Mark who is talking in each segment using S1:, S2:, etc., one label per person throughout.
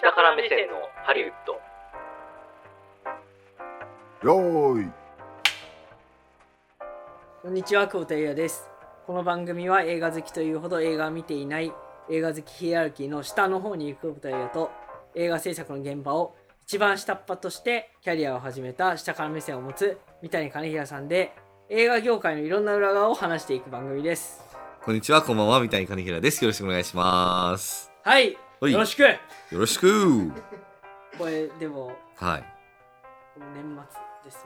S1: 下から目線のハリウッド
S2: よーい
S3: こんにちは、久保田裕也です。この番組は映画好きというほど映画を見ていない映画好きヒエラルキーの下の方に行く久保田裕也と映画制作の現場を一番下っ端としてキャリアを始めた下から目線を持つ三谷兼平さんで映画業界のいろんな裏側を話していく番組です。
S4: こんにちは、こんばんは、三谷兼平です。よろしくお願いします。
S3: はい、
S4: はい
S3: よろしく
S4: よろしく
S3: これでも
S4: はい。
S3: 年末です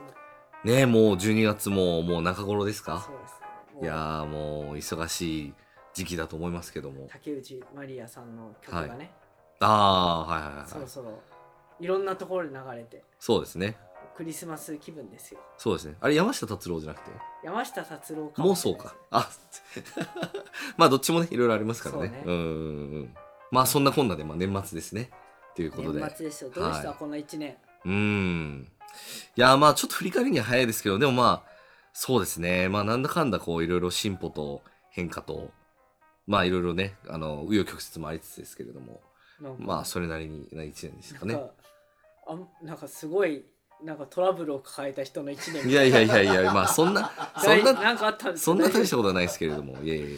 S3: ね。
S4: ねえ、もう12月ももう中頃ですか
S3: そうですね。もう
S4: いやー、もう忙しい時期だと思いますけども。
S3: 竹内まりやさんの曲がね、
S4: あー、はいはいはい。
S3: そ
S4: そう
S3: ろそろいろんなところで流れて
S4: ですね。
S3: クリスマス気分ですよ。
S4: そうですね。あれ、山下達郎じゃなくて
S3: 山下達郎か
S4: もうそうか。あ、 まあ、どっちもね、いろいろありますからね。
S3: そう
S4: うんうん
S3: ね
S4: うん。まあ、そんなこんなで、まあ、年末ですね。ということで。
S3: 年末ですよどうでした、
S4: はい
S3: この1年
S4: うーん。いや、まあ、ちょっと振り返りには早いですけど、でもまあ、そうですね。まあ、なんだかんだ、こう、いろいろ進歩と変化と、まあ、いろいろね、あの、紆余曲折もありつつですけれども、
S3: なんか
S4: まあ、それなりにな一年でしたかね
S3: なん。かあんなんかすごいなんかトラブルを抱えた人の1年
S4: いやいやいやいや、まあ、そんな、そん
S3: 大
S4: な、
S3: んかあったんです
S4: そんな大したことはないですけれども、いやいやいやいや。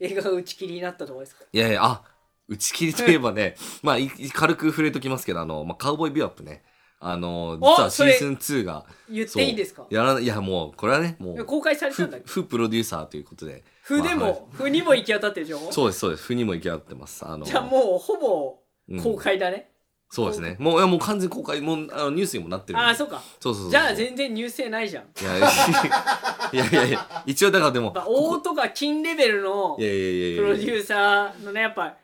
S3: 映画が打ち切りになったとこですか
S4: いやいや、あ、打ち切りといえば ね、まあ、い軽く触れときますけど、あの、まあ、カウボーイビューアップね。あの、実はシ
S3: それ
S4: ーズン2が、
S3: 言っ
S4: そう
S3: ていいんですか
S4: やらない、いや、もう、これはね、もう、
S3: 公開された
S4: ふ
S3: んだっけ
S4: ふプロデューサーということで、
S3: 風で
S4: まあはい
S3: も、風にも行き当たってるでしょ
S4: そうです、そうです。腑にも行き合ってます。あの、
S3: じゃあもうほぼ
S4: うん
S3: 公開だね、
S4: そうですね。もう、いやもう完全公開、もう、あのニュースにもなってるんで。
S3: ああそうか
S4: そうそうそう。
S3: じゃあ全然入選ないじゃん
S4: いやいやいやいやいや、一応だからでも、
S3: やっぱ大
S4: こ
S3: とか金レベルの
S4: こいやいやいやい
S3: プ
S4: や
S3: ロデューサーのねやっぱ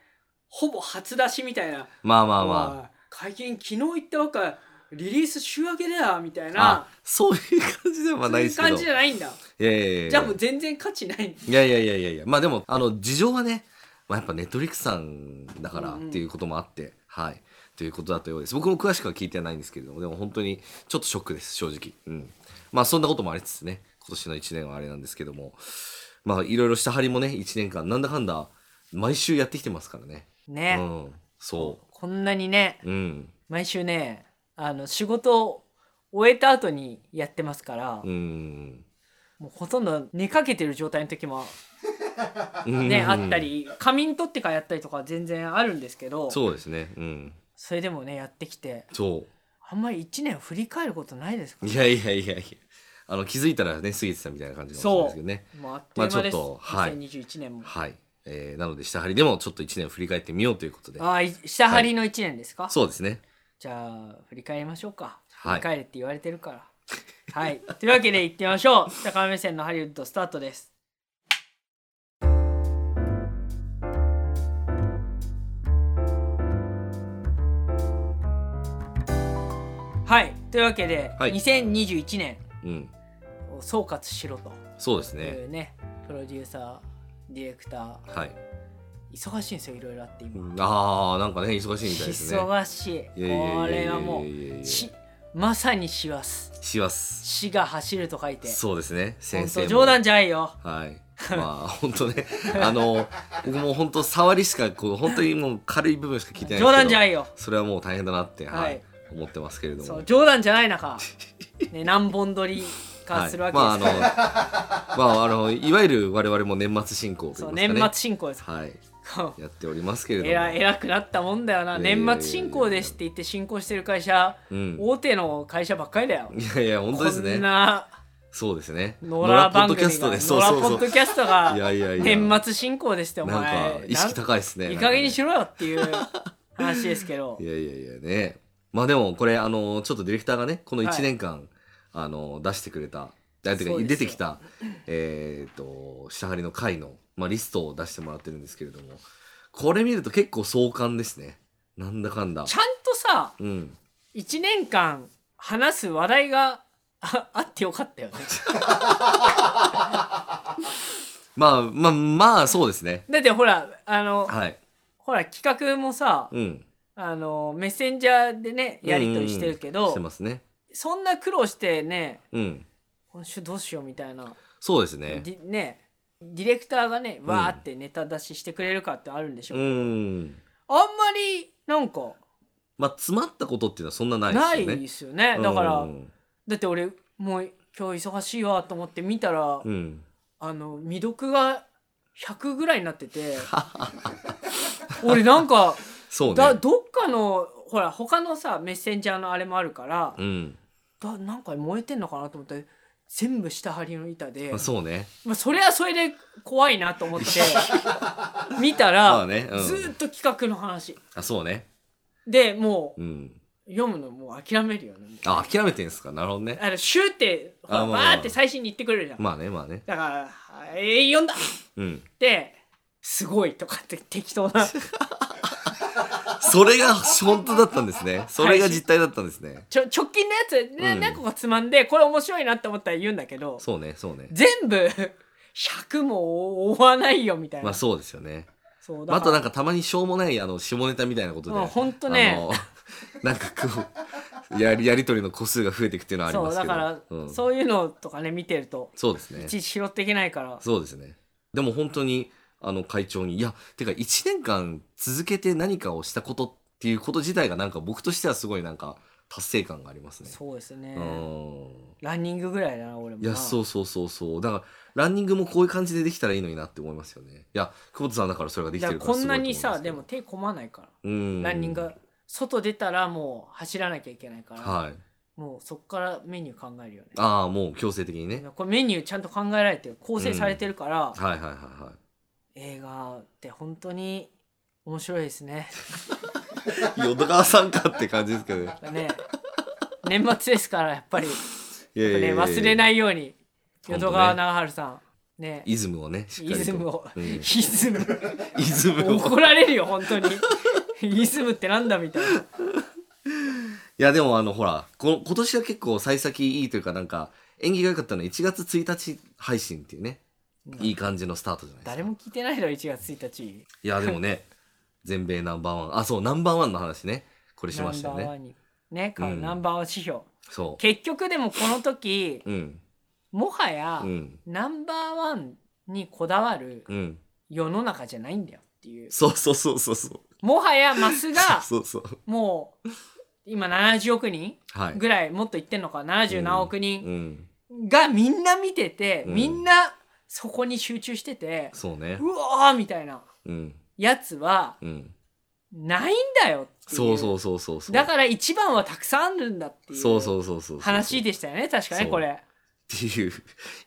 S3: ほぼ初出しみたいな
S4: まあまあま
S3: あ会見昨日行ったばっかリリース週明けだよみたい
S4: あ。あ
S3: な、
S4: そういう感じでは
S3: そ
S4: な
S3: う
S4: い
S3: い
S4: で
S3: う
S4: すけ
S3: 感
S4: ど。い
S3: じじゃないんだ
S4: やいやいやいや。
S3: じゃあもう全然価値ないんだ
S4: いやいやいやいやいや、まあでも、あの、事情はね、まあやっぱネットリックスさんだから
S3: うんうん
S4: っていうこともあって、はい。ということだったようです。僕も詳しくは聞いてないんですけれども、でも本当にちょっとショックです、正直。うん。まあそんなこともありつつね、今年の1年はあれなんですけども、まあいろいろ下張りもね、1年間、なんだかんだ、毎週やってきてますからね。う
S3: ね、
S4: ん。そ
S3: こんなにね
S4: う。うん。
S3: 毎週ねあの仕事を終えた後にやってますから、
S4: うん。
S3: もうほとんど寝かけてる状態の時も
S4: うん
S3: ね、あった。り仮眠取ってからやったりとか全然あるんですけど
S4: そうですね。うん。
S3: それでもねやってきて
S4: そう。
S3: あんまり1年振り返ることないですから
S4: いやいやいやいや。あの、気づいたらね、過ぎてたみたいな感じかもしれないですけどね。
S3: もうあっという間です、
S4: まあちょっとはい
S3: 2021年も。
S4: はい。えーなので、下張りでもちょっと1年を振り返ってみようということで。
S3: ああい下張りの1年ですか、
S4: そうですね。
S3: じゃあ振り返りましょうか振
S4: はい
S3: り返れって言われてるからはい、 というわけで行ってみましょう下から目線のハリウッドスタートですはいというわけで、
S4: はい
S3: 2021年
S4: うん。
S3: を総括しろと
S4: そうですね。
S3: いうねプロデューサーディレクター
S4: はい。
S3: 忙しいんですよいろいろあって今、
S4: ああ、なんかね、忙しいみたいですね。
S3: 忙しいこ
S4: いやいやいやいやいや
S3: れはもうしまさに師走
S4: します。
S3: 死が走ると書いて
S4: そうですね。
S3: 本
S4: 先生
S3: 当
S4: も。
S3: 冗談じゃないよ
S4: はい。まあ、本当ね。あの、僕も本当、触りしか、こう、本当にもう軽い部分しか聞いてないんですけど。
S3: 冗談じゃないよ
S4: それはもう大変だなって、はい。
S3: はい
S4: 思ってますけれど
S3: そ
S4: も
S3: う。冗談じゃな い中、ね、何本撮り
S4: は
S3: か
S4: い
S3: するわけ
S4: まあ、
S3: で
S4: あ
S3: す
S4: の、
S3: か
S4: ま
S3: ら、
S4: あ、あの、いわゆる我々も年末進行といいますかね。
S3: そう年末進行です
S4: はい。
S3: こう
S4: やっておりますけれども。
S3: えら偉くなったもんだよな
S4: やいやいやい
S3: 年
S4: や
S3: 末進行ですって言って進行してる会社、
S4: うん
S3: 大手の会社ばっかりだよ
S4: いやいや、本当です
S3: こん
S4: ね。
S3: な
S4: そうですね。
S3: 野良
S4: 野良ポッ
S3: 番組
S4: ドキャ
S3: が
S4: ストで、
S3: 野
S4: そう
S3: 良
S4: そう
S3: ポ
S4: そ
S3: ッ
S4: う。
S3: ドキャストが
S4: いやいやいや
S3: 年末進行ですってお
S4: なん
S3: 前
S4: か、意識高いですね。
S3: いい加減にし
S4: ろ。
S3: ろよっていう話ですけど
S4: いやいやいやね。まあでも、これ、あの、ちょっとディレクターがね、この
S3: はい
S4: 1年間、あの、出してくれた、あて
S3: そ
S4: か
S3: うですよ
S4: 出てきた、えっと、下張りの回の、まあ、リストを出してもらってるんですけれども、これ見ると結構壮観ですね。なんだかんだ
S3: ち。ゃんとさ
S4: うん。
S3: 1年間話す話題がああってよかったよね
S4: まあ、まあ、まあ、そうですね。
S3: だってほらあの
S4: はい。
S3: ほら企画もさ
S4: うん。
S3: あのメッセンジャーでねやり取りしてるけ
S4: うん
S3: ど、
S4: してますね。
S3: そんな苦労してね
S4: うん。
S3: 今週どうしようみたいな、
S4: そうですね。
S3: ディねディレクターがねわーってネタ出ししてくれるかってあるんでしょ、
S4: うん。
S3: あんまりなんか
S4: まあ詰まったことっていうのはそんなないです
S3: な
S4: よね
S3: いですよねだから、
S4: うん
S3: だって俺もう今日忙しいわと思って見たら、
S4: うん、
S3: あの未読が100ぐらいになって て俺なんか
S4: そうね
S3: だどっかのほら他のさメッセンジャーのあれもあるから、
S4: うん、
S3: だなんか燃えてんのかなと思って全部下張りの板で、
S4: まあ、そうね
S3: まあ、それはそれで怖いな と思って見たら、
S4: まあね、うん、
S3: ずーっと企画の話
S4: あそうね
S3: でも
S4: うん
S3: う読むのもう諦めるよね
S4: あ諦めてんすかなるほどね
S3: あのシューってほら
S4: あま
S3: バ
S4: あまあ
S3: ーって最新に言ってくれるじゃん、
S4: まあねまあね
S3: だから「えー、読んだ!」
S4: うん
S3: って「すごい」とかって適当な
S4: それが本当だったんですねそれが実態だったんですね
S3: ちょ直近のやつね
S4: うん
S3: 何個かつまんでこれ面白いなって思ったら言うんだけど
S4: そうねそうね
S3: 全部 100も追わないよみたいな、
S4: まあそうですよね
S3: そう
S4: あとなん
S3: か
S4: かたまにしょうもないあの下ネタみたいなことで、
S3: うんほんとね
S4: あのなんかこうやりやり取りの個数が増えていくっていうのはあり
S3: そ
S4: ま
S3: う
S4: す
S3: だ
S4: けど
S3: から、
S4: うん、そう
S3: そういうのとかね見てると
S4: ですね
S3: いちいち拾っていけないから
S4: そうですね。でも本当にあの会長にいやてか1年間続けて何かをしたことっていうこと自体がなんか僕としてはすごいなんか達成感がありますね。
S3: そうですね、
S4: うん
S3: ランニングぐらいだな俺も
S4: いやそううそうそうそうだからランニングもこういう感じでできたらいいのになって思いますよね。いや久保田さんだからそれができてるから
S3: こんなにさ
S4: すご
S3: で
S4: いと思
S3: も手込まないから、
S4: うんですけどうん
S3: ランニングが外出たらもう走らなきゃいけないから、
S4: はい
S3: もうそこからメニュー考えるよね
S4: ああもう強制的にね。
S3: これメニューちゃんと考えられてる構成されてるから、
S4: はいはいはいはい。
S3: 映画って本当に面白いですね。
S4: 淀川さんかって感じですけ どね。
S3: ね年末ですからやっぱり、
S4: いやいやいや
S3: ね、
S4: いや
S3: 忘れないよう
S4: 本
S3: に
S4: 当ね
S3: 淀川長春さんね
S4: イズムをねしっ
S3: イ
S4: かりと
S3: ズムを、
S4: うん
S3: イ
S4: イ
S3: ズム
S4: ズムを
S3: 怒られるよ本当にイズムってなんだみたいない
S4: やでもあのほらこ今年は結構幸先いいというかなんか縁起が良かったのは1月1日配信っていうねいい感じのスタートじゃないですか
S3: 誰も聞いてないの1月1日
S4: いやでもね全米ナンバーワンあそうナンバーワンの話ねこれしましたよ
S3: ナンバーワ
S4: ね
S3: ンにね、買う
S4: うん
S3: ナンバーワン指標
S4: そ
S3: 結局でもこの時
S4: ううん
S3: もはや、
S4: うん
S3: ナンバーワンにこだわる
S4: うん
S3: 世の中じゃないんだよっていう
S4: そうそうそうそうそう
S3: もはやマ スが
S4: そうそう
S3: もう今70億人
S4: はい
S3: ぐらいもっと言ってんのか70何億
S4: う
S3: 人
S4: ん
S3: がみんな見てて、
S4: うん
S3: みんなそこに集中してて、
S4: そうね
S3: うわーみたいな
S4: うん
S3: やつは
S4: うん
S3: ないんだよっていう
S4: そうそうそうそうそう
S3: だから一番はたくさんあるんだってい
S4: そうそううそうそう
S3: 話でしたよね確かね
S4: そう
S3: これ
S4: っていう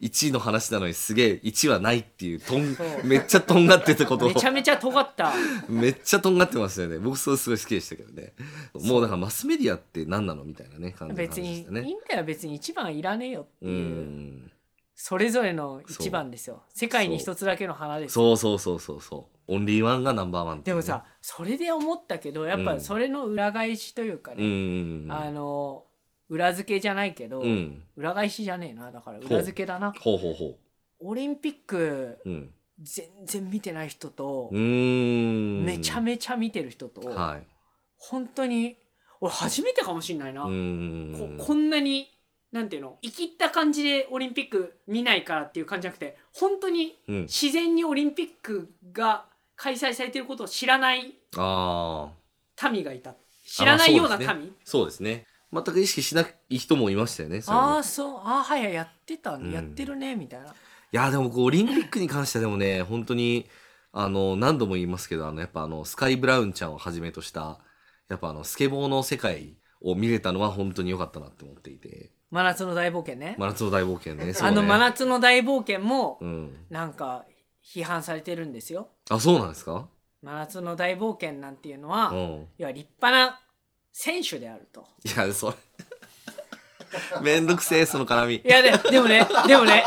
S4: 1位の話なのにすげえ1はないっていうとん
S3: そう
S4: めっちゃとんがってたことを
S3: めちゃめちゃ 尖った
S4: めっちゃとんがってましたよね僕それすごい好きでしたけどねもうだからマスメディアって何なのみたいなね感じの話
S3: 別に
S4: で
S3: いい
S4: したね
S3: んだよ別に一番いらねえよって
S4: う
S3: いう。
S4: ん
S3: それぞれの一番ですよ世界に一つだけの花ですよ
S4: そうそうそうそうそうオンリーワンがナンバーワンって
S3: で
S4: いう
S3: も
S4: ね
S3: さそれで思ったけどやっぱ
S4: うん
S3: それの裏返しというか
S4: うんう
S3: ね、
S4: んうん
S3: あの裏付けじゃないけど、
S4: うん
S3: 裏返しじゃねえなだから
S4: ほう
S3: 裏付けだな
S4: ほうほうほ
S3: オリンピック
S4: ううん
S3: 全然見てない人と
S4: う、ーん
S3: めちゃめちゃ見てる人と、
S4: はい
S3: 本当に俺初めてかもしんないな、
S4: う
S3: こ
S4: ん
S3: こんなになんていうの生きった感じでオリンピック見ないからっていう感じじゃなくて本当に
S4: うん
S3: 自然にオリンピックが開催されていることを知らない
S4: ああ
S3: 民がいた知らないような民
S4: まあそうですね全く意識しない人もいましたよねそれね
S3: ああそうああはいはいやってた、
S4: ん
S3: やってるねみたいない
S4: やでもこうオリンピックに関してはでもね本当にあの何度も言いますけどあのやっぱあのスカイ・ブラウンちゃんをはじめとしたやっぱあのスケボーの世界を見れたのは本当に良かったなって思っていて
S3: 真夏の大冒険ね
S4: 真夏の大冒険 ねそう
S3: あの
S4: ね
S3: 真夏の大冒険も
S4: うん
S3: なんか批判されてるんですよ
S4: あそうなんですか
S3: 真夏の大冒険なんていうのは、
S4: うん
S3: いや立派な選手であると
S4: いやそれ めんどくせえその絡み
S3: いやででもねでもね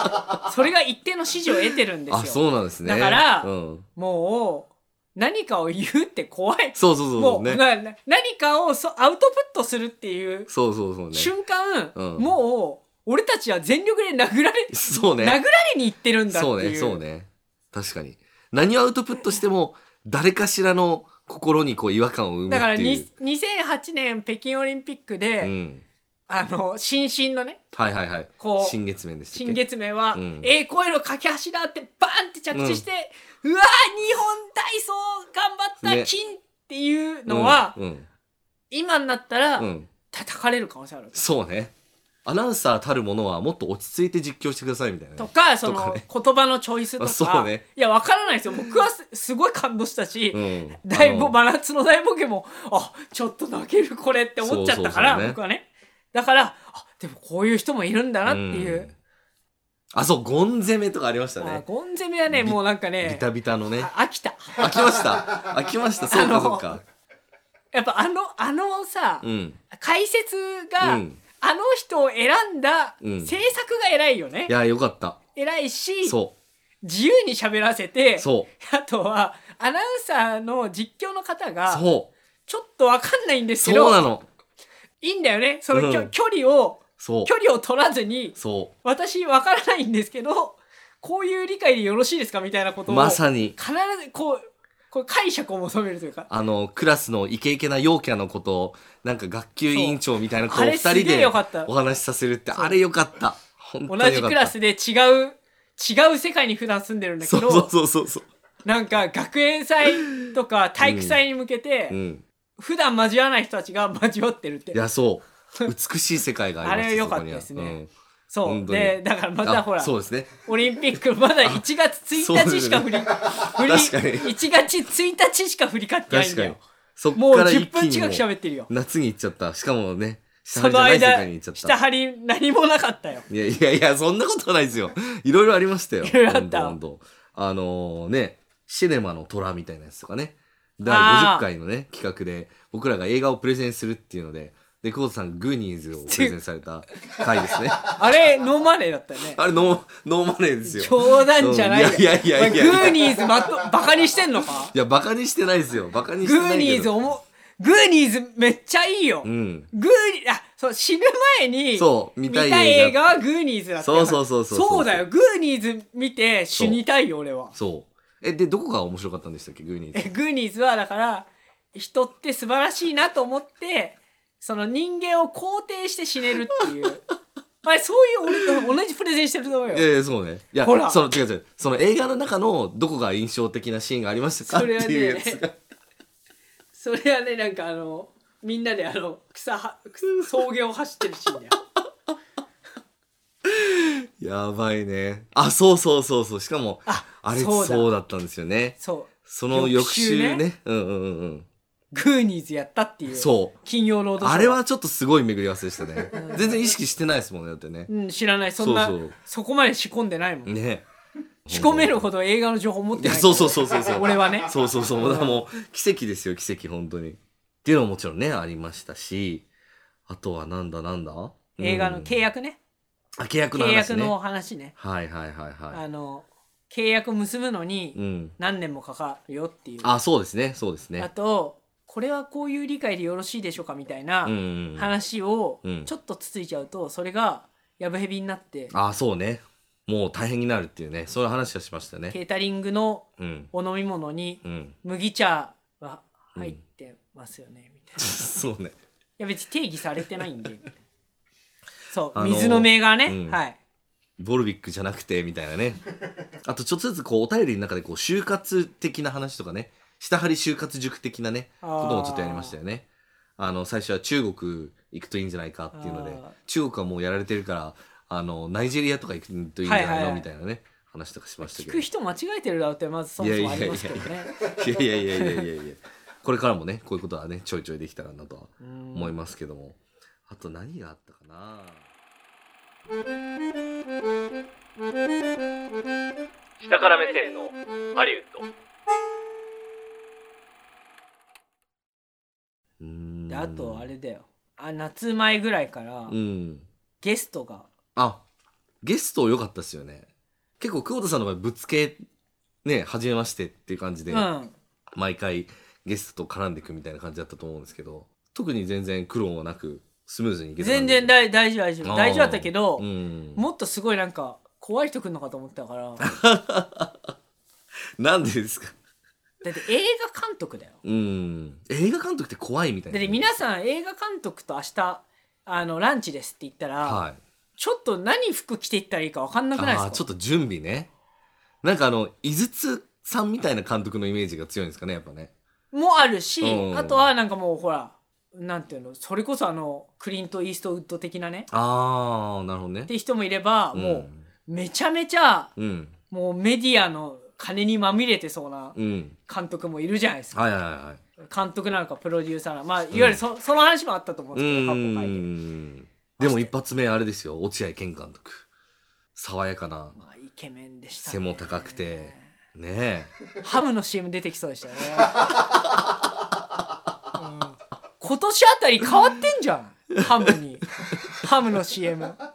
S3: それが一定の支持を得てるんですよ
S4: あそうなんですね
S3: だから
S4: うん、
S3: もう何かを言うって怖い
S4: そうそうそうそ
S3: も
S4: う
S3: う、
S4: ね
S3: なな何かをそアウトプットするっていう
S4: そうそうそうね
S3: 瞬間、
S4: うん
S3: もう俺たちは全力で殴られ、
S4: そう
S3: 殴ら
S4: ね
S3: れに行ってるんだって
S4: そう
S3: い
S4: ね
S3: う
S4: そうね確かに何をアウトプットしても誰かしらの心にこう違和感を生むっていう
S3: だからに2008年北京オリンピックで、
S4: うん、
S3: あの新進のね
S4: はいはいはい
S3: こう
S4: 新月面でしたっ
S3: 新
S4: け
S3: 月面は
S4: うん
S3: 「ええ声の架け橋だ」ってバーンって着地して「うわー日本体操頑張った
S4: ね
S3: 金」っていうのは、
S4: うんうん
S3: 今になったら
S4: うん、
S3: 叩かれる可能性ある、
S4: そうねアナウンサーたるものはもっと落ち着いて実況してくださいみたいなね、
S3: とかその
S4: とかね
S3: 言葉のチョイスと
S4: あそ
S3: か、
S4: うね
S3: いやわからないですよ僕はすすごい感動したし、
S4: うん、
S3: 大ぼ
S4: あの
S3: 真夏の大冒険もあちょっと泣けるこれって思っちゃったから
S4: そうそうそうね
S3: 僕はねだからあでもこういう人もいるんだなっていう、
S4: んあそうゴン攻めとかありました
S3: あ
S4: ね
S3: ゴン攻めはねもうなんか
S4: ビ
S3: ね
S4: タビタのね
S3: あ飽きた
S4: 飽きました飽きましたそう
S3: あの
S4: かそうか
S3: やっぱあのあのさ、
S4: うん
S3: 解説が、
S4: うん
S3: あの人を選んだ
S4: うん
S3: 制作が偉いよね
S4: い、やよかった
S3: 偉いし
S4: そ
S3: 自由に喋らせて
S4: うそ
S3: あとはアナウンサーの実況の方
S4: う
S3: が
S4: そう
S3: ちょっとわかんないんですけ
S4: そうな
S3: ど
S4: の
S3: いいんだよねそのきょ、
S4: うん
S3: 距離を
S4: そう
S3: 距離を取らずに
S4: そ
S3: 私わからないんですけどこういう理解でよろしいですかみたいなこ
S4: う
S3: とを
S4: ま
S3: 必
S4: さに
S3: ずこうこう解釈を求めるというか
S4: あのクラスのイケイケな陽キャのことをなんか学級委員長みたいな子
S3: そう
S4: を2
S3: あれ
S4: 人
S3: すげえ
S4: で
S3: よかった
S4: お話しさせるって
S3: そう
S4: あれよかった 本当
S3: 同
S4: によかった
S3: じクラスで違う違う世界に普段住んでるんだけ
S4: そ
S3: ど
S4: うそうそうそうそう
S3: なんか学園祭とか体育祭に向けて、
S4: うん
S3: 普段交わらない人たちが交わってるって
S4: いや そう美しい世界がありました
S3: あれ良かったですね
S4: そこには
S3: そ
S4: 本
S3: う
S4: 当に
S3: でだからま
S4: うん
S3: た
S4: あ
S3: ほら
S4: そうですね
S3: オリンピックまだ1月1日しか振り,、振り
S4: 確かに
S3: 1月1日しか振り返ってないん
S4: 確
S3: だ
S4: か
S3: よ
S4: にそっ
S3: もう
S4: から一
S3: 10
S4: 気
S3: 分
S4: に
S3: 近く
S4: もう
S3: 喋ってるよ
S4: 夏に行っちゃったしかもね下
S3: そ
S4: 張りじ
S3: の
S4: ゃない世
S3: 間
S4: 界に行っちゃった
S3: 下張り何もなかったよ
S4: いやいやいや、そんなことないですよ。いろいろありましたよ。
S3: いろいろあった
S4: ほんとほんとあのね、シネマの虎みたいなやつとかね。第
S3: あ
S4: 50
S3: ー
S4: 回のね、企画で、僕らが映画をプレゼンするっていうので、で、久保田さんがグーニーズ をプレゼンされた回ですね。あ
S3: あれノーマネーだったよね
S4: れ、ノー、ノーマネーですよ。
S3: 冗談じゃないよ
S4: うんいやいやいやいや
S3: お前グーニーズまとバカにしてんのか
S4: いや、バカにしてないですよ。バカにして
S3: グ
S4: な
S3: ー
S4: い
S3: ニ
S4: け
S3: ーズ
S4: ど。
S3: おもグーニーズめっちゃいいよ、
S4: うん。
S3: グーニあそう死ぬ前に
S4: そう
S3: 見
S4: 見
S3: た
S4: た
S3: い
S4: い
S3: 映
S4: 映画
S3: 画はグーニーズだったよ
S4: そうそうそうそう
S3: そ
S4: そうう
S3: だよグーニーズ見て死にたいよ俺は
S4: そう。え、で、どこが面白かったんでしたっけ、グーニー
S3: え
S4: ズ。
S3: グーニーズはだから人って素晴らしいなと思ってその人間を肯定して死ねるっていう あれそういう俺と同じプレゼンしてると思うよ
S4: ええそうね。いや
S3: ほら、
S4: その、違う違う。その映画の中のどこが印象的なシーンがありましたか
S3: そ
S4: っ
S3: れは
S4: ていうやつが
S3: ね。それはねなんかあのみんなであの草は草草原を走ってるシーンだよ
S4: やばいね。あ、そうそうそうそう。しかも、
S3: あ
S4: あれ
S3: そ
S4: そうう
S3: だ
S4: だったんですよね。
S3: そう
S4: その翌週ね。うんうんうんうん。
S3: グーニーズやったっていう
S4: そう
S3: 金曜ロードショー
S4: あれはちょっとすごい巡り合わせでした ね。全然意識してないですもんね、だってね。
S3: うん、知らないそんなそ
S4: そうそう
S3: こまで仕込んでないもん、
S4: ね。
S3: 仕込めるほど映画の情報持っ
S4: い
S3: て
S4: や、
S3: ない
S4: そうそうそうそうそう。
S3: 俺はね
S4: そうそうそう。だからもう、奇跡ですよ、奇跡、本当に。っていうのももちろんね、ありましたし、あとはなんだなんだ
S3: 映画の契
S4: 約。
S3: 約ね、
S4: あ、契約の
S3: 契
S4: 話
S3: 約
S4: ね。
S3: の話ね
S4: はいはいはいは
S3: あの契約結ぶの
S4: い。う
S3: に
S4: ん。
S3: 何年もかかるよっていう、
S4: あ、そうですね、そうです
S3: あ
S4: ね。
S3: とこれはこういう理解でよろしいでしょうかみたいな
S4: うんうんうん。
S3: 話を
S4: うん
S3: ちょっとつついちゃうとそれがやぶへびになって
S4: ああそうねもう大変になるっていうねそういう話はしましたね
S3: ケータリングの
S4: うん
S3: お飲み物に
S4: うん
S3: 麦茶は入ってますよねみたいな。
S4: そうね
S3: いや別に定義されてないん でそう、
S4: あのー
S3: 水の銘柄ね、
S4: うん
S3: はい
S4: ボルビックじゃなくてみたいな ねあとちょっとずつこうお便りの中でこう就活的な話とかね下張り就活塾的なね
S3: あ
S4: こ
S3: ー
S4: ともちょっとやりましたよねあの最初は中国行くといいんじゃないかっていうので
S3: あー
S4: 中国はもうやられてるからあのナイジェリアとか行くといいんじゃないの、
S3: はいはいはい
S4: みたいなね話とかしました
S3: 聞
S4: け
S3: く人間違えてるだろうってまずそもそもありますけどね
S4: いどいやいやいやいやいやいやこれからもねこういうことはねちょいちょいできたらなとは
S3: うん
S4: 思いますけども、あと何があったかな
S1: 下から目線のハリウッド
S4: うーん
S3: であとあれだよあ夏前ぐらいから
S4: うん
S3: ゲストが
S4: あゲスト良かったですよね結構久保田さんの場合ぶっつけね初めましてっていう感じ
S3: う
S4: で、
S3: ん、
S4: 毎回ゲストと絡んでいくみたいな感じだったと思うんですけど特に全然苦労はなくスムーズにいけた
S3: 全然
S4: 大
S3: 大大丈夫大丈夫大丈夫だったけど、
S4: うん、
S3: もっとすごいなんか怖い人来るのかと思ったからだ
S4: なんでですか
S3: って映画監督だよ
S4: うん映画監督って怖いみたい
S3: だ
S4: な
S3: って皆さん映画監督と明日あのランチですって言ったら、
S4: はい
S3: ちょっと何服着ていったらいいか分かんなくないです
S4: あ
S3: か
S4: あちょっと準備ねなんかあの井筒さんみたいな監督のイメージが強いんですかねやっぱね
S3: もあるし、
S4: うん
S3: あとはなんかもうほらなんていうのそれこそあのクリント・イーストウッド的なね
S4: ああなるほどね
S3: って人もいれば、もうめちゃめちゃ
S4: うんうん
S3: もうメディアの金にまみれてそうな
S4: うん
S3: 監督もいるじゃないですか、
S4: はいはいはい
S3: 監督なのかプロデューサーなのかまあいわゆるそ,、その話もあったと思うん
S4: う
S3: ですけど過去回で
S4: んでも一発目あれですよ落合健監督爽やかな
S3: まあイケメンでした、ね、
S4: 背も高くてね
S3: ハムの CM 出てきそうでしたね、うん今年あたり変わってんじゃんハムにハムの CM
S4: え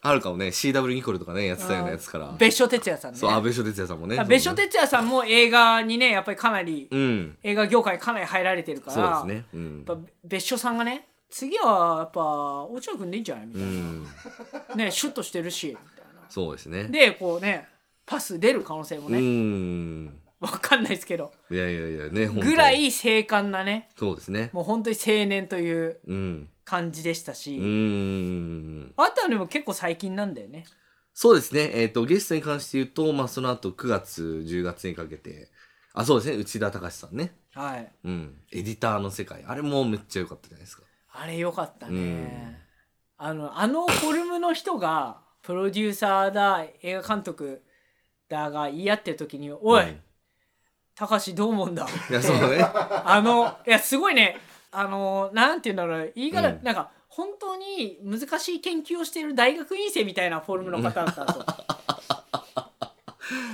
S4: あるかもね CW ニコルとかねやってたようなやつから
S3: 別所哲也さんね
S4: そう安倍所哲也さんもね
S3: 別所哲也さんも映画にねやっぱりかなり、
S4: うん
S3: 映画業界かなり入られてるから
S4: そうですねうん
S3: やっぱ別所さんがね次はやっぱ落合君でいいんじゃないみたいうな、
S4: ん
S3: ねシュッとしてるしみたいな
S4: そうですね
S3: でこうねパス出る可能性も
S4: う
S3: ね、
S4: ん
S3: わかんないですけど
S4: いやいやいやね本当
S3: ぐらい精悍なね
S4: そうですね
S3: もう本当に青年という
S4: うん
S3: 感じでしたし、
S4: うん
S3: あとはでも結構最近なんだよね
S4: そうですね、えっとゲストに関して言うと、まあ、その後9月10月にかけてあそうですね内田隆さんね
S3: はい
S4: うん、エディターの世界あれもめっちゃ良かったじゃないですか
S3: あれよかったね、
S4: うん
S3: あのあのフォルムの人がプロデューサーだ映画監督だが言い合ってる時に「おい、
S4: うん
S3: たかしどう思うんだ」
S4: いやそうね
S3: あのいやすごいねあのなんて言うんだろう言い方、
S4: うん
S3: なんか本当に難しい研究をしている大学院生みたいなフォルムの方だっ たと。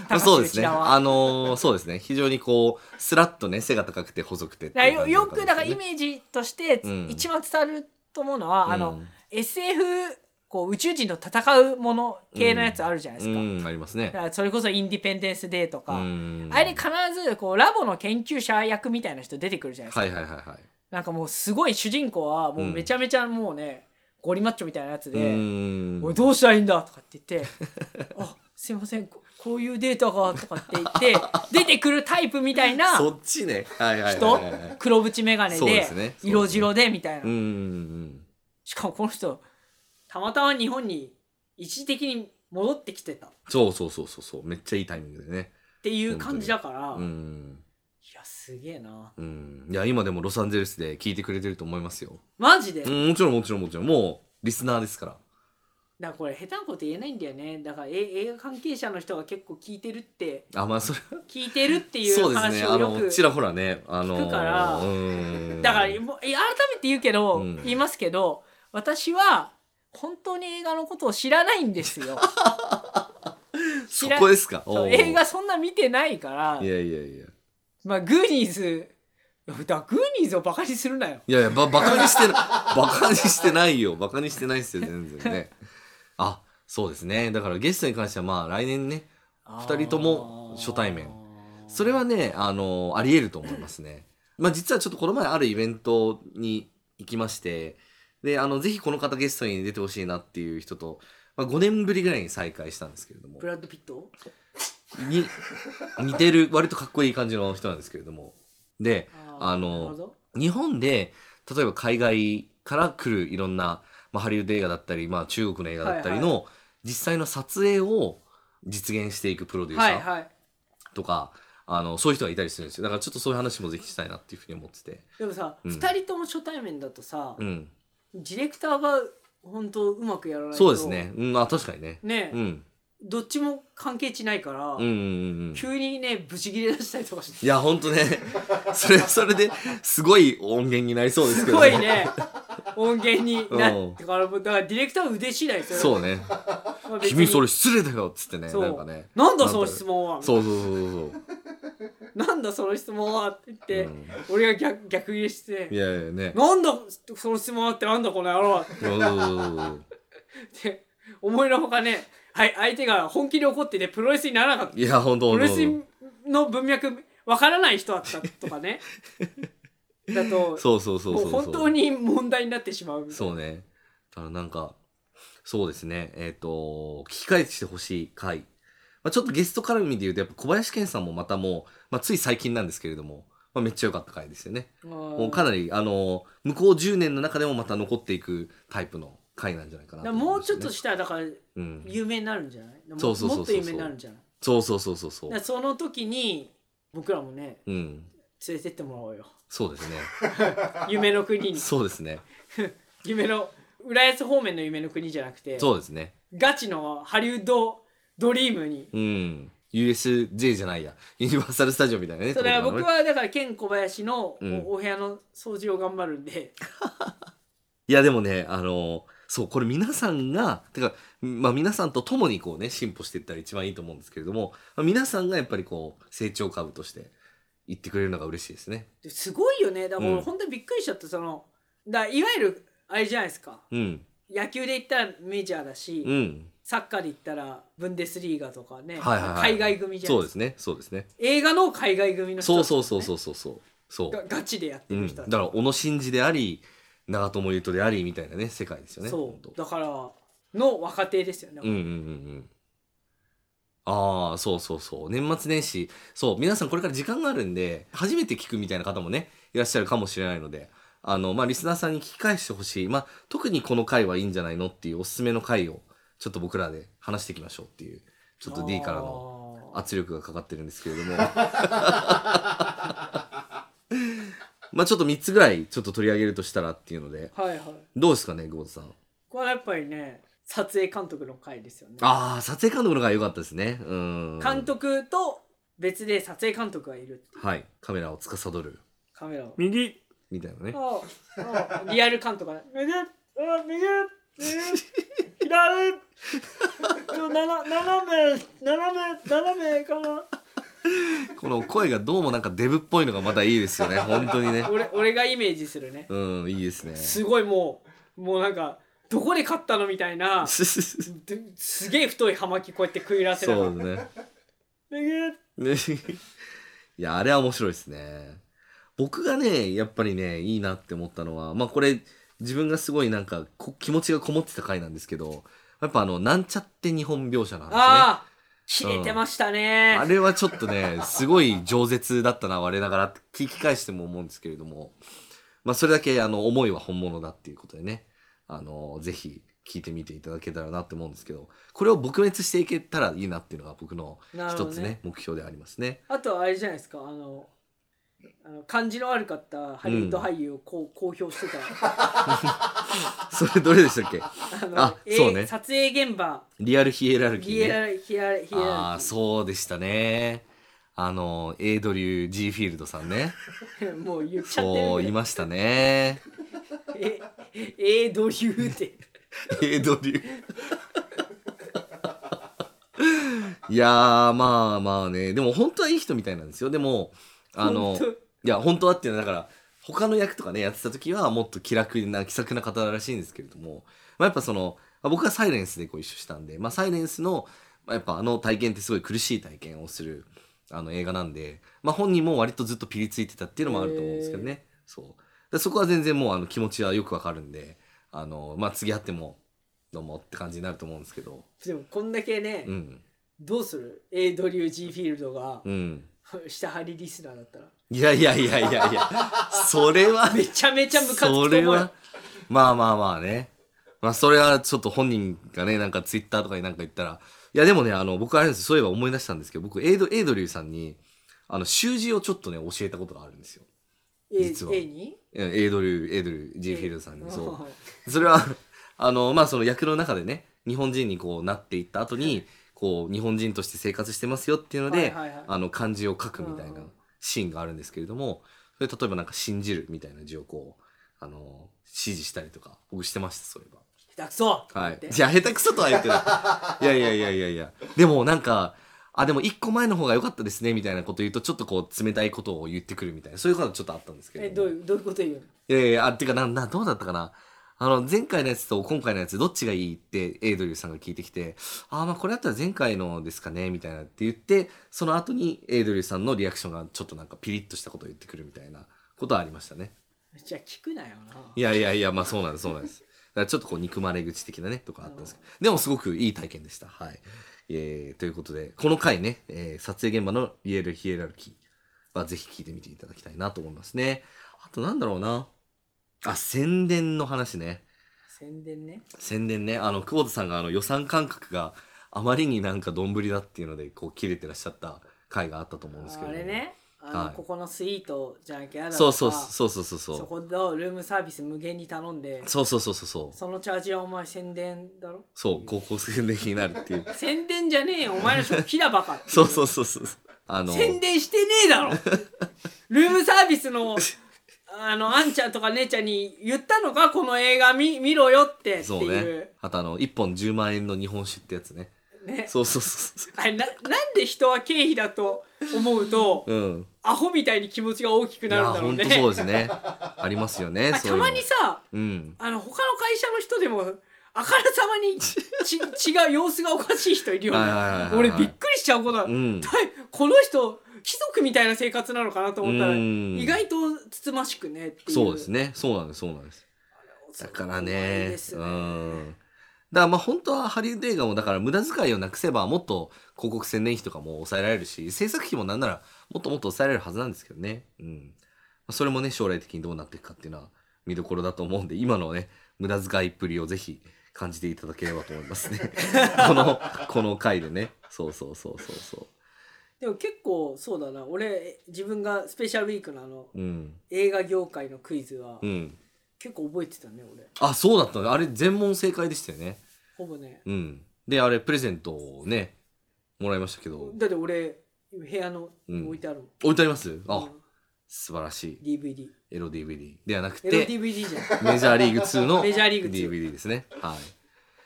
S4: まあそうですね
S3: 高橋内田は
S4: あのーそうですね非常にこうスラッとね背が高くて細くてって
S3: だから
S4: いう
S3: よ
S4: 感じ
S3: よくだからイ
S4: だっ
S3: メージとして、
S4: うん
S3: 一番伝わると思うのは、
S4: たん
S3: あ
S4: ですよ
S3: の
S4: ね
S3: SF こう宇宙人と戦うもの系のやつあるじゃないですか,、
S4: うん、うんありますね
S3: だからそれこそインディペンデンス・デーとか、
S4: うん
S3: あれ必ずこうラボの研究者役みたいな人出てくるじゃないですか、
S4: はいはいはいは
S3: なんかもうすごい主人公はもうめちゃめちゃもうね、ゴリマッチョみたいなやつ
S4: いう
S3: で「
S4: ん
S3: おいどうしたらいいんだ」とかって言って「あすいませんここういうデータが」とかって言って出てくるタイプみたいな
S4: そっちねはいはいはい
S3: 人
S4: はいはい
S3: 黒縁眼鏡
S4: そう
S3: で
S4: ですねそうですね
S3: 色白でみたい
S4: うん
S3: なしかもこの人たまたま日本に一時的に戻ってきてたっ
S4: そうそうそうそうそうめっちゃいいタイミングでね
S3: ていう感じだから、
S4: う
S3: い
S4: ん
S3: やすげえな
S4: うんいや今でもロサンゼルスで聞いてくれてると思いますよ、
S3: マジで、
S4: う
S3: だか
S4: ん、もちろんもちろんもちろんもうリスナーですから
S3: らこれ下手なこと言えないんだよねだからえ映画関係者の人が結構聞いてるって
S4: あまあそれ
S3: 聞いてるってい
S4: そううですね
S3: 話
S4: あ
S3: をよく
S4: のちらほらねあの
S3: 聞くから
S4: うん
S3: だからもういや改めて言うけど、
S4: うん
S3: 言いますけど私は本当に映画のことを知らないんですよ
S4: そ
S3: 知ら
S4: こですか
S3: そう
S4: おう
S3: 映画そんな見てないから
S4: いやいやいや
S3: まあグーニーズだからグーニーズをバカにするなよ
S4: いやいやばバカにしてな バカにしてないよバカにしてないですよ全然ねあそうですねだからゲストに関してはまあ来年ね二人とも初対面それはねあのありえると思いますねまあ実はちょっとこの前あるイベントに行きましてであのぜひこの方ゲストに出てほしいなっていう人と、まあ、5年ぶりぐらいに再会したんですけれども
S3: ブラッド・ピット
S4: に似てる割とかっこいい感じの人なんですけれどもで
S3: ー
S4: あ
S3: なるほ
S4: の
S3: ど
S4: 日本で例えば海外から来るいろんな、まあ、ハリウッド映画だったり、まあ、中国の映画だったりの、実際の撮影を実現していくプロデューサ
S3: はい
S4: ー
S3: はい
S4: とか、あのそういう人がいたりするんですよだからちょっとそういう話もぜひしたいなっていうふうに思ってて
S3: でもさ、
S4: う
S3: 二
S4: ん
S3: 人とも初対面だとさ、
S4: うん
S3: ディレクターが本当うまくやらないと
S4: そうですねうんあ確かにね
S3: ね、
S4: うん
S3: どっちも関係値ないから、
S4: うんうんうんうん
S3: 急にねブチギレ出したりとかして
S4: いやほんとね それはそれですごい音源になりそうですけ
S3: す
S4: ど
S3: ごいね音源にな
S4: うん
S3: ってからもうだからディレクターは腕次第ですよ
S4: そうね
S3: まあ別に
S4: 君それ失礼だよっつってね
S3: そう
S4: なんかね
S3: なんだその質問は
S4: そうそうそうそう
S3: なんだその質問はって言っ
S4: そう、
S3: て、俺が逆逆ギレして
S4: うん、いやいやね
S3: なんだその質問ってなんだこの野郎っ
S4: そうそうそうそう
S3: て思いのほかね、はい、相手が本気で怒っててプロレスにならなかった
S4: いやほんとほ
S3: プロ
S4: んと
S3: レ
S4: ほ
S3: ス
S4: ん
S3: の文脈わからない人だったとか ねだと
S4: とそうそうそうそう
S3: もう本当に問題になってしまうみたいな
S4: そうねだからなんかそうですねえっ、と聞き返してほしい回、まあ、ちょっとゲスト絡みで言うとやっぱ小林健さんもまたもう、まあ、つい最近なんですけれども、まあ、めっちゃ良かった回ですよねもうかなりあの向こう10年の中でもまた残っていくタイプの回なんじゃないかな
S3: だから
S4: と思
S3: も
S4: ん
S3: う
S4: です
S3: ちょ
S4: よ
S3: っ
S4: ね
S3: としたらだから
S4: うん、
S3: 有名になるんじゃないも
S4: そうそうそうそう
S3: もっと有名になるんじゃない
S4: そうそうそうそうそ
S3: だから
S4: う
S3: その時に僕らもね
S4: うん
S3: 連れてってもらおうよ
S4: そうですね。
S3: 夢の国 に
S4: そうですね。
S3: 夢の浦安方面の夢の国じゃなくて
S4: そうですね。
S3: ガチのハリウッドドリームに
S4: うん。USJ じゃないや。ユニバーサル・スタジオみたいなね。
S3: そうだから僕
S4: ところなのね
S3: はだからケン小林の
S4: うん
S3: おお部屋の掃除を頑張るんで、
S4: いや、でもね、あの、そう、これ皆さんが、てか、まあ皆さんと共にこうね、進歩していったら一番いいと思うんですけれども、まあ皆さんがやっぱりこう、成長株として言ってくれるのが嬉しいですね。
S3: ですごいよねだから
S4: う
S3: 俺
S4: ん
S3: 本当にびっくりしちゃったそのだからいわゆるあれじゃないですか
S4: うん。
S3: 野球で言ったらメジャーだし、
S4: うん。
S3: サッカーで言ったらブンデスリーガとかね、
S4: はいはいはい
S3: 海外組じゃ
S4: そ
S3: ないうで
S4: ですすね。そうですね。
S3: か映画の海外組の人
S4: そ
S3: た
S4: う
S3: ち
S4: そうそう
S3: ね
S4: そうそうそう。そう。
S3: がガチでやって
S4: う
S3: る
S4: ん、
S3: 人
S4: だ
S3: たち
S4: から小野伸二であり長友佑都でありみたいなね世界ですよね
S3: そ
S4: 本
S3: う
S4: 当
S3: だからの若手ですよね、
S4: うんうんうんうんああそうそうそう年末年始そう皆さんこれから時間があるんで初めて聞くみたいな方もねいらっしゃるかもしれないのであのまあリスナーさんに聞き返してほしい、まあ、特にこの回はいいんじゃないのっていうおすすめの回をちょっと僕らで話していきましょうっていうちょっと D からの
S3: あー
S4: 圧力がかかってるんですけれども まあちょっと3つぐらいちょっと取り上げるとしたらっていうので
S3: はいはい
S4: どうですかね久保田さん
S3: これはやっぱりね撮影監督の回ですよね
S4: ああ撮影監督の方が良かったですねうん
S3: 監督と別で撮影監督がいる
S4: はいカメラを司る
S3: カメラを
S4: 右みたいなね
S3: あああリアル監督が右あ右右左ちょなな斜め斜め斜めかな
S4: この声がどうもなんかデブっぽいのがまたいいですよね本当にね
S3: 俺俺がイメージするね
S4: うんいいですね
S3: すごいもうもうなんかどこで買ったのみたいなですげえ太い葉巻こうやって食いらせなが
S4: そ
S3: ら
S4: うですね
S3: 右
S4: ね いや、あれは面白いですね。僕がね、やっぱりね、いいなって思ったのは、まあこれ、自分がすごいなんかこ気持ちがこもってた回なんですけど、やっぱあの、なんちゃって日本描写なんですね。あ
S3: ああ切れてましたね、
S4: れはちょっとね、すごい饒舌だったな、我ながらって聞き返しても思うんですけれども、まあそれだけあの、思いは本物だっていうことでね、あの、ぜひ聞いてみていただけたらなって思うんですけど、これを撲滅していけたらいいなっていうのが僕の
S3: なるほ
S4: 一
S3: ど
S4: つね、目標でありますね。
S3: あとはあれじゃないですかあのあの感じの悪かったハリウッド俳優をこう公表してた、
S4: それどれでしたっけ
S3: あの
S4: あ
S3: えー
S4: そうね
S3: 撮影現場
S4: リアルヒエラルキ
S3: ヒ
S4: ー、ね。
S3: エラヒエラヒ
S4: あ
S3: エラ
S4: あ、そうでしたね。あの、エイドリュー・ジー・フィールドさんね。
S3: もう言 っちゃって
S4: そう、
S3: る
S4: い
S3: けど
S4: ましたね。
S3: ええードリューって
S4: エイドリュー。いやー、まあまあね。でも本当はいい人みたいなんですよ。でも、あの、
S3: 本
S4: いや、本当はっていうのは、だから、他の役とかね、やってた時は、もっと気楽な、気さくな方らしいんですけれども、まあ、やっぱその、まあ僕はサイレンスでご一緒したんで、まあ、サイレンスの、まあ、やっぱあの体験ってすごい苦しい体験をする、あの映画なんで、まあ、本人も割とずっとピリついてたっていうのもあると思うんですけどね。そう。でそこは全然もう、あの、気持ちはよくわかるんで、あの、まあ、次会っても、どうもって感じになると思うんですけど、
S3: 当でもこんだけね、
S4: うん。
S3: どうするえードリュー G フィールドが、
S4: うん。
S3: 下張りリスナーだったら
S4: いやいやいやいやいや、それはね
S3: めちゃめちゃムカつくと思
S4: そうれ
S3: よ
S4: はまあまあまあねまあそれはちょっと本人がねなんかツイッターとかになんか言ったらいやでもねあの僕あれなんですよそういえば思い出したんですけど僕エイドエイドリューさんにあの習字をちょっとね教えたことがあるんですよ
S3: A,
S4: 実は
S3: A に
S4: えエイドリューエイドリュージーフィールドさんにそう
S3: あ
S4: それは あのまあその役の中でね日本人にこうなっていった後にこう日本人として生活してますよっていうので、
S3: はいはいはい
S4: あの漢字を書くみたいな
S3: うん
S4: シーンがあるんですけれどもそれ例えばなんか「信じる」みたいな字をこうあの指示したりとか僕してましたそういえば。
S3: 下手くそ
S4: は
S3: っ
S4: い
S3: て、
S4: じゃあ下手くそとは言って ない。いやいやいやいやいや。でもなんか、あ、でも一個前の方が良かったですね、みたいなこと言うと、ちょっとこう、冷たいことを言ってくるみたいな、そういうことはちょっとあったんですけれ
S3: え
S4: ども。
S3: どういうどういうこと言うの
S4: いやいや、あ、てか、な、な、どうだったかな。あの、前回のやつと今回のやつ、どっちがいいって、エイドリューさんが聞いてきて、あー、まあ、これだったら前回のですかね、みたいなって言って、その後に、エイドリューさんのリアクションがちょっとなんかピリッとしたことを言ってくるみたいなことはありましたね。
S3: じゃあ聞くなよない
S4: やいやいや、まあ、そうなんです、そうなんです。だからちょっとこう、憎まれ口的なね、とかあったんですけど、でもすごくいい体験でした。はい。えー、ということで、この回ね、えー撮影現場のリエルヒエラルキーはぜひ聞いてみていただきたいなと思いますね。あとなんだろうな。あ、宣伝の話ね。
S3: 宣伝ね
S4: 宣伝ね。あの、久保田さんがあの予算感覚があまりになんかどんぶりだっていうので、こう、切れてらっしゃった回があったと思うんですけ
S3: あ
S4: ど。
S3: れねあの、
S4: はい
S3: ここのスイートじゃなきゃやだ
S4: そう
S3: と
S4: そう
S3: か
S4: そうそうそうそう
S3: そこのルームサービス無限に頼んで
S4: そうそうそうそうそう
S3: そのチャージはお前宣伝だろ
S4: そう高校生的になるっていう
S3: 宣伝じゃねえよお前の食器だバカっ てい
S4: そうそうそうそうあの
S3: 宣伝してねえだろルームサービスのあのあんちゃんとか姉ちゃんに言ったのかこの映画見見ろよってって
S4: そう
S3: いう
S4: ねあとあの1本10万円の日本酒ってやつね
S3: ね
S4: そうそうそうそ
S3: あれななんで人は経費だと思うと
S4: ううん
S3: アホみたいに気持ちが大きく
S4: い
S3: なる
S4: や
S3: んだろう
S4: 本
S3: ね
S4: 当そうです ねありますよね
S3: あ
S4: そう
S3: た
S4: いうの
S3: まにさ
S4: うん
S3: あの他の会社の人でもあからさまにち 違う様子がおかしい人いるよね
S4: はいはいはいはい
S3: 俺びっくりしちゃうことだ、
S4: うん
S3: だいこの人貴族みたいな生活なのかなと思ったら
S4: うん
S3: 意外とつつましくねっていう
S4: そうですねそうなんですそうなんですだからね。うん。だからまあ本当はハリウッド映画もだから無駄遣いをなくせばもっと広告宣伝費とかも抑えられるし制作費もなんならもっともっと抑えられるはずなんですけどね。うん。まあそれもね将来的にどうなっていくかっていうのは見どころだと思うんで今のね無駄遣いっぷりをぜひ感じていただければと思います ね。このこの回でね。そうそうそうそうそ
S3: でも結構そうだな俺自分がスペシャルウィークのあの
S4: う。うん。
S3: 映画業界のクイズは
S4: うん。
S3: 結構覚えてたね俺
S4: あそうだったね。あれ全問正解でしたよね。
S3: ほぼね
S4: うん。であれプレゼントをねもらいましたけど。
S3: だって俺部屋の置いてあるもん、
S4: 置いてありますあ、
S3: うん
S4: 素晴らしい
S3: DVD
S4: エロ DVD ではなくて
S3: LDVD じゃん
S4: メジャーリーグ2の
S3: メジャーリーグ2
S4: DVD ですねはい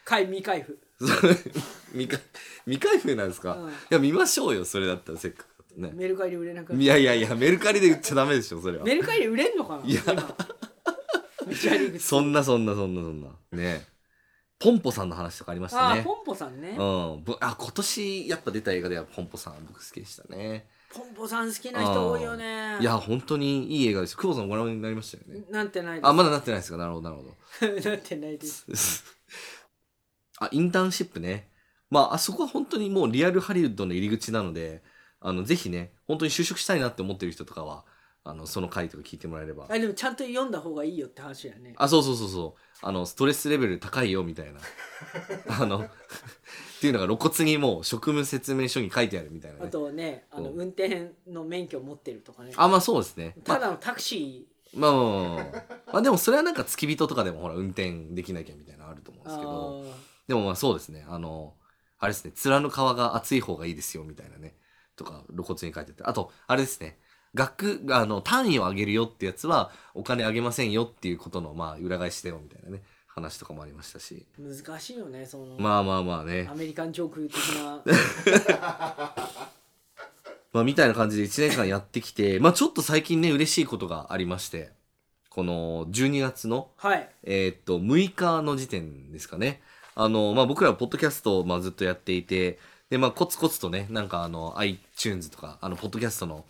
S3: 買い未開封
S4: そう未開未開封なんですか、
S3: うん
S4: いや見ましょうよそれだったらせっかくだとね
S3: メルカリで売れなくなっ
S4: いやいやいやメルカリで売っちゃダメでしょそれは
S3: メルカリで売れんのかない
S4: や
S3: 今メジャーリーグ
S4: そんなそんなそんなそんなねポンポさんの話とかありました
S3: ああ
S4: ね
S3: ポンポさんね
S4: うん、ぼあ今年やっぱ出た映画ではポンポさん僕好きでしたね
S3: ポンポさん好きな人多いよね
S4: いや本当にいい映画です久保さんご覧になりましたよね
S3: なんてないです
S4: あまだなってないですかなるほどなるほど
S3: なってないです
S4: あ、インターンシップね。まあ、あそこは本当にもうリアルハリウッドの入り口なので、あの、ぜひね、本当に就職したいなって思ってる人とかは、あの、その回とか聞いてもらえれば。
S3: あでもちゃんと読んだ方がいいよって話やね
S4: あ、そうそうそうそう。あの、ストレスレベル高いよ、みた いな。あの、っていうのが露骨にもう職務説明書に書いてあるみたいな
S3: あ
S4: ね。
S3: とねあの
S4: うん
S3: 運転の免許を持ってるとかね
S4: あ、まあそうですね。ま
S3: た
S4: あ、
S3: だのタクシ
S4: まあまあまあまあまあ、まあでもそれはなんか付き人とかでもほら、運転できなきゃみたいなのあると思うん
S3: ー
S4: ですけど。
S3: あ
S4: でもまあそうですね。あの、あれですね。面の皮が厚い方がいいですよ、みたいなね。とか、露骨に書いてあって。あと、あれですね。学、あの、単位を上げるよってやつは、お金上げませんよっていうことの、まあ、裏返しだよ、みたいなね。話とかもありましたし。
S3: ー難しいよねその、
S4: まあまあまあね
S3: ア。メリカンジョーク的 な
S4: まあ、みたいな感じで1年間やってきて、まあちょっと最近ね、嬉しいことがありまして、この12月の、
S3: はい
S4: えーっと、6日の時点ですかね。あの、まあ、僕らはポッドキャストを、まあ、ずっとやっていて、で、まあ、コツコツとね、なんかあの、iTunes とか、あの、ポッドキャストの、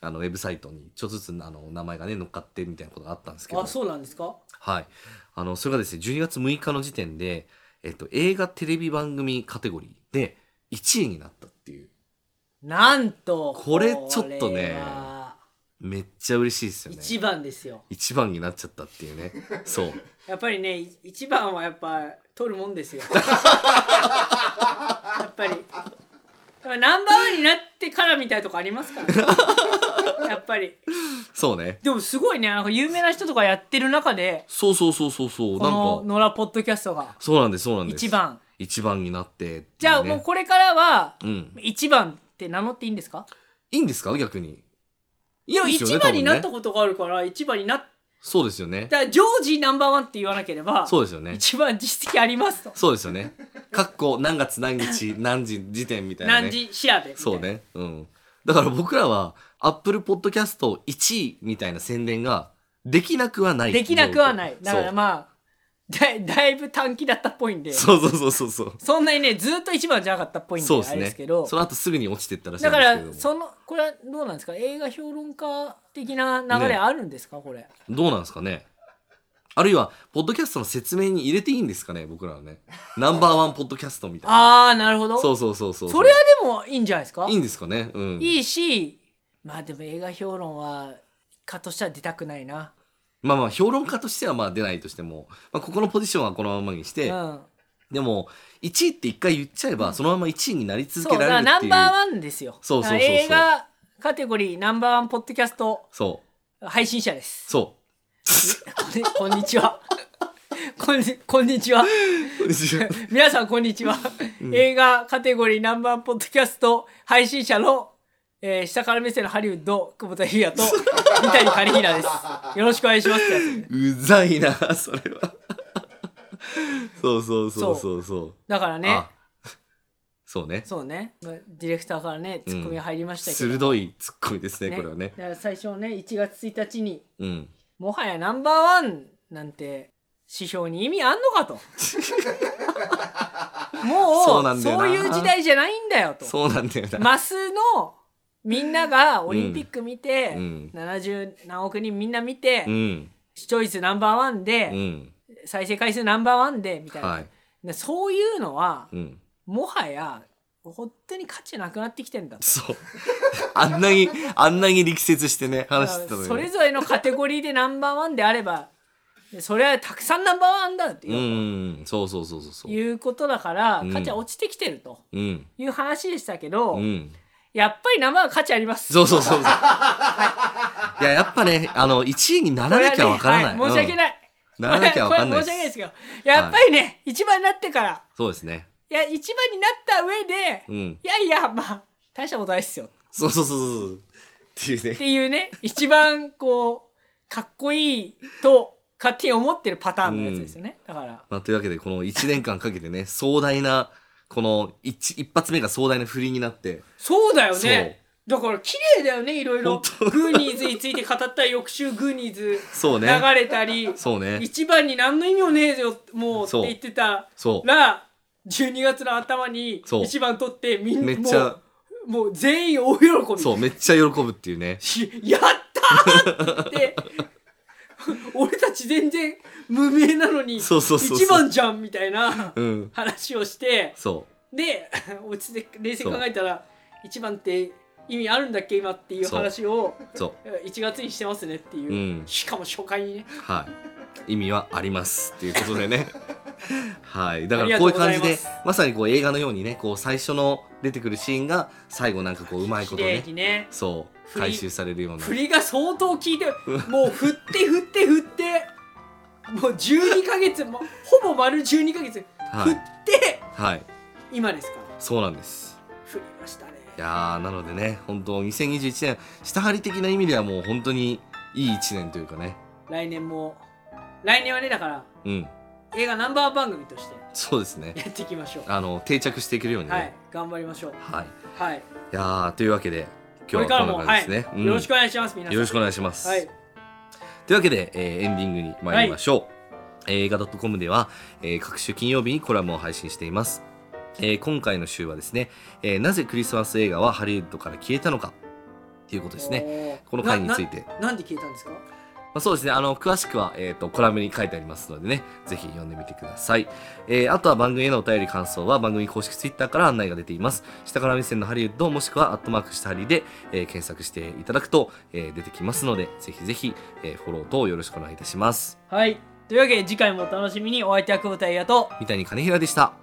S4: あの、ウェブサイトに、ちょっとずつ、あの、名前がね、乗っかってみたいなことがあったんですけど
S3: あ、そうなんですか
S4: はい。あの、それがですね、12月6日の時点で、えっと、映画テレビ番組カテゴリーで1位になったっていう、
S3: なんと
S4: これちょっとね
S3: これは
S4: めっちゃ嬉しいですよね。
S3: 一番ですよ
S4: 一番になっちゃったっていうね。そう。
S3: やっぱりねい一番はやっぱ取るもんですよやっぱりやっぱナンバーワンになってからみたいなとこありますから、ね、やっぱり
S4: そうね。
S3: でもすごいねなんか有名な人とかやってる中で
S4: そうそうそうそうそう。
S3: この
S4: なんか、
S3: 野良ポッドキャストが
S4: そうなんです、そうなんです。
S3: 一。番
S4: 一番になってっていね
S3: じゃあもうこれからは
S4: うん
S3: 一番って名乗っていいんですか
S4: いいんですか逆に
S3: いや
S4: いいですよね
S3: 一番になっ
S4: 多
S3: たことがあるから一番になっ
S4: そうですよね
S3: たジョージナンバーワンって言わなければ
S4: そうですよね
S3: 一番実績ありますと
S4: そうですよねかっこ何月何 日何時時点みたいなね
S3: 何時調べみたいな
S4: そうねうんだから僕らはアップルポッドキャスト1位みたいな宣伝ができなくはない
S3: できなくはない。だ
S4: そ
S3: から
S4: う
S3: まあ、だいだいぶ短期だったっぽいんで、そ
S4: そうそうそうそうそう
S3: そんなにね、ずっと一番じゃなかったっぽいん
S4: そうで
S3: で、あ
S4: す
S3: れ
S4: ね
S3: ですけど、
S4: その後すぐに落ちてったらしいん
S3: だ
S4: で
S3: か
S4: すけ
S3: ら
S4: ど、も
S3: その、これはどうなんですか映画評論家的な流れ
S4: ね
S3: あるんですか、これ。
S4: どうなんですかねあるいはポッドキャストの説明に入れていいんですかね僕らはねナンバーワンポッドキャストみたいな
S3: あー、なるほど。
S4: そうそうそうそう
S3: それはでもいいんじゃないですか
S4: いいんですかねうん
S3: いいし、まあでも映画評論は、家としては出たくないな。
S4: まあまあ評論家としてはまあ出ないとしても、まあ、ここのポジションはこのままにし
S3: う
S4: て、
S3: ん。
S4: でも1位って一回言っちゃえばそのまま1位になり続
S3: そ
S4: け
S3: う、だから
S4: れるっ
S3: ナ
S4: ていう
S3: ンバーワンですよ。
S4: そうそうそうそう
S3: だから映画カテゴリーナンバーワンポッドキャスト
S4: そう
S3: 配信者です。
S4: そ
S3: こんにちは。こんにこんにちは。
S4: う
S3: 皆さんこんにちは。映画カテゴリーナンバーワンポッドキャスト配信者の、えー下から目線のハリウッド久保田裕也と三谷カリヒナです。よろしくお願いしますってやつね。
S4: うざいなそれはそうそうそうそうそう
S3: だからね
S4: あ、そうね
S3: そうね、まあディレクターからね、ツッコミが入りましたけど。
S4: 鋭いツッコミですねこれはね
S3: だから最初ね、1月1日に、
S4: うん
S3: もはやナンバーワンなんて指標に意味あんの かと。もう
S4: そ
S3: そう
S4: なんだよな
S3: ういう時代じゃないんだよと。
S4: そうなんだよな、
S3: マスのみんながオリンピック見て、
S4: うん
S3: 70何億人みんな見て、
S4: うん
S3: 視聴率ナンバーワンで、
S4: うん
S3: 再生回数ナンバーワンでみたいな、
S4: はい
S3: でそういうのは
S4: うん
S3: もはや本当に価値なくなってきてんだと。
S4: そう あんなにあんなに力説してね話してたのに
S3: それぞれのカテゴリーでナンバーワンであればそれはたくさんナンバーワンだって
S4: う
S3: いうん
S4: そうそうそうそうそう
S3: いうことだから、
S4: うん
S3: 価値は落ちてきてると
S4: うん
S3: いう話でしたけど、
S4: うん
S3: やっぱりナンバーワンは価値あります。
S4: そうそうそうそう、い、ややっぱねあの1位にならなきゃわからない、
S3: これはねはい申し訳
S4: い、
S3: ない。
S4: ならなきゃわかんない
S3: これは申し訳ないですけど、やっぱりね、一番になってから、
S4: そうですね
S3: いや、一番になった上で、
S4: うん
S3: いやいや、まあ、大したことないっすよ。っ
S4: そうそうそうそうっていうね
S3: ていう ね、一番こう、かっこいいと、勝手に思ってるパターンのやつですよね。だから、
S4: まあ、というわけでこの1年間かけてね壮大なこの 1, 一発目が壮大な振りになって
S3: そうだよね。だから、綺麗だよね、いろいろ。
S4: 本
S3: グーニーズについて語ったり翌週グーニーズ
S4: そう
S3: 流
S4: ね
S3: れたり、
S4: そうね
S3: 一番に何の意味もねえよ、もうって
S4: そう
S3: 言ってた
S4: そう
S3: ら、12月の頭に
S4: そう
S3: 一番取って、みん な、
S4: めっちゃ
S3: もう、もう全員大喜び。
S4: そうめっちゃ喜ぶっていうね
S3: ひやったーって 言って俺たち全然無名なのに
S4: そうそうそうそう
S3: 一番じゃんみたいな
S4: うん
S3: 話をして
S4: そ
S3: で落ちて冷静に考えたら一番って意味あるんだっけ今っていう
S4: そう
S3: 話を
S4: うそ
S3: 1月にしてますねっていう、
S4: うん
S3: しかも初回にね
S4: うはい意味はありますっていうことで ねはいだか
S3: ありが
S4: ら
S3: と
S4: こう
S3: うご
S4: いう
S3: ざ
S4: 感じ
S3: います
S4: でまさにこう映画のようにねこう最初の出てくるシーンが最後なんかこううまい
S3: 綺
S4: こと
S3: 麗
S4: ね
S3: にね
S4: そう
S3: 振り
S4: 回収されるような
S3: 振りが相当効いてもう振って振って振ってもう12ヶ月もほぼ丸12ヶ月
S4: は
S3: 振っ
S4: い、
S3: て
S4: はい、
S3: 今ですから
S4: そうなんです
S3: 振りましたね
S4: いやーなのでね本当2021年下張り的な意味ではもう本当にいい1年というかね
S3: 来年も来年はねだから
S4: うん
S3: 映画ナンバーワン番組として
S4: そうですね
S3: やっていきましょう
S4: あの定着していけるようにね
S3: はい頑張りましょう
S4: はい、い、
S3: はい
S4: やーというわけで今
S3: これ
S4: 日
S3: か
S4: は
S3: ら
S4: こん
S3: も
S4: な
S3: は
S4: 感
S3: い
S4: じですね、うん
S3: よろしくお願いします皆さん
S4: よろしくお願いします、
S3: はい
S4: というわけで、えーエンディングに参りましょう、映画 .com では、えー各種金曜日にコラムを配信しています、えー今回の週はですね、えーなぜクリスマス映画はハリウッドから消えたのかということですね
S3: ね
S4: この回について
S3: ななんで消えたんですか
S4: まあ、そうですね。あの、詳しくは、えっ、と、コラムに書いてありますのでね、ぜひ読んでみてください。えー、あとは番組へのお便り感想は番組公式ツイッターから案内が出ています。下から目線のハリウッド、もしくはアットマークしたハリで、えー検索していただくと、えー出てきますので、ぜひぜひ、えーフォロー等よろしくお願いいたします。
S3: はいというわけで次回もお楽しみにお相手は久保田彩と
S4: 三谷金平でした。